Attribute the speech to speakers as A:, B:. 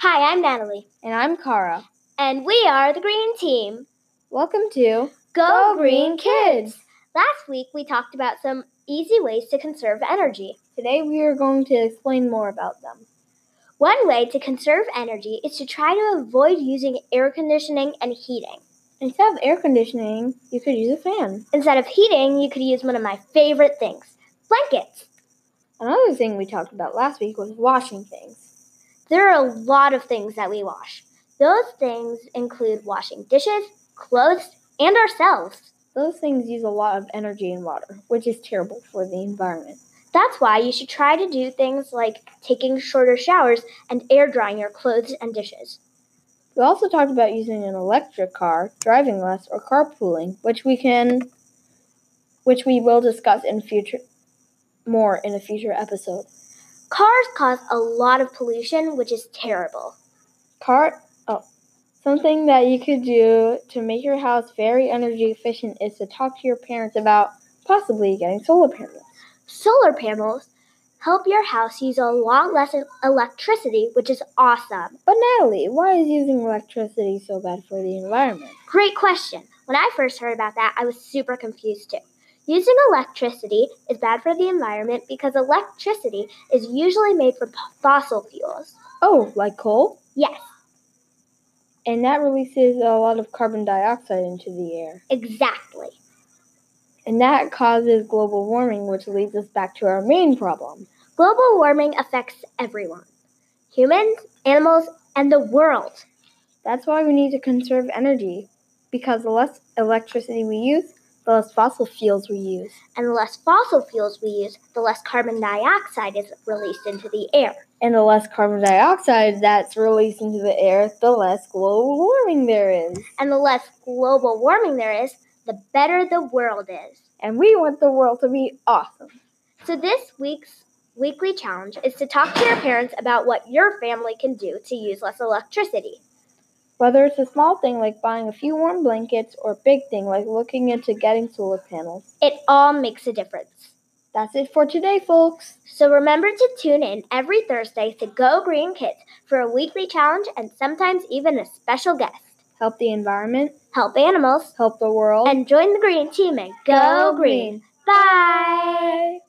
A: Hi, I'm Natalie,
B: And I'm Kara.
A: and we are the Green Team.
B: Welcome
A: Go,
B: to Go Green Kids.
A: Last week we talked about some easy ways to conserve energy.
B: Today we are going to explain more about them.
A: One way to conserve energy is to try to avoid using air conditioning and heating.
B: Instead of air conditioning, you could use a fan.
A: Instead of heating, you could use one of my favorite things blankets.
B: Another thing we talked about last week was washing things.
A: There are a lot of things that we wash. Those things include washing dishes, clothes, and ourselves.
B: Those things use a lot of energy and water, which is terrible for the environment.
A: That's why you should try to do things like taking shorter showers and air drying your clothes and dishes.
B: We also talked about using an electric car, driving less, or carpooling, which we can which we will discuss in future more in a future episode.
A: Cars cause a lot of pollution, which is terrible.
B: Car oh, something that you could do to make your house very energy efficient is to talk to your parents about possibly getting solar panels.
A: Solar panels help your house use a lot less e- electricity, which is awesome.
B: But Natalie, why is using electricity so bad for the environment?
A: Great question. When I first heard about that, I was super confused too. Using electricity is bad for the environment because electricity is usually made from p- fossil fuels.
B: Oh, like coal?
A: Yes,
B: And that releases a lot of carbon dioxide into the air.
A: exactly.
B: And that causes global warming, which leads us back to our main problem.
A: Global warming affects everyone humans, animals, and the world.
B: That's why we need to conserve energy, because the less electricity we use, the less fossil fuels we use.
A: And the less fossil fuels we use, the less carbon dioxide is released into the air.
B: And the less carbon dioxide that's released into the air, the less global warming there is.
A: And the less global warming there is, the better the world is.
B: And we want the world to be awesome.
A: So this week's weekly challenge is to talk to your parents about what your family can do to use less electricity.
B: Whether it's a small thing like buying a few warm blankets or a big thing like looking into getting solar panels.
A: It all makes a difference.
B: That's it for today, folks.
A: So remember to tune in every Thursday to Go Green Kids for a weekly challenge and sometimes even a special guest.
B: Help the environment,
A: Help animals
B: help the world,
A: and join the green team and go, green. Bye.
B: Bye.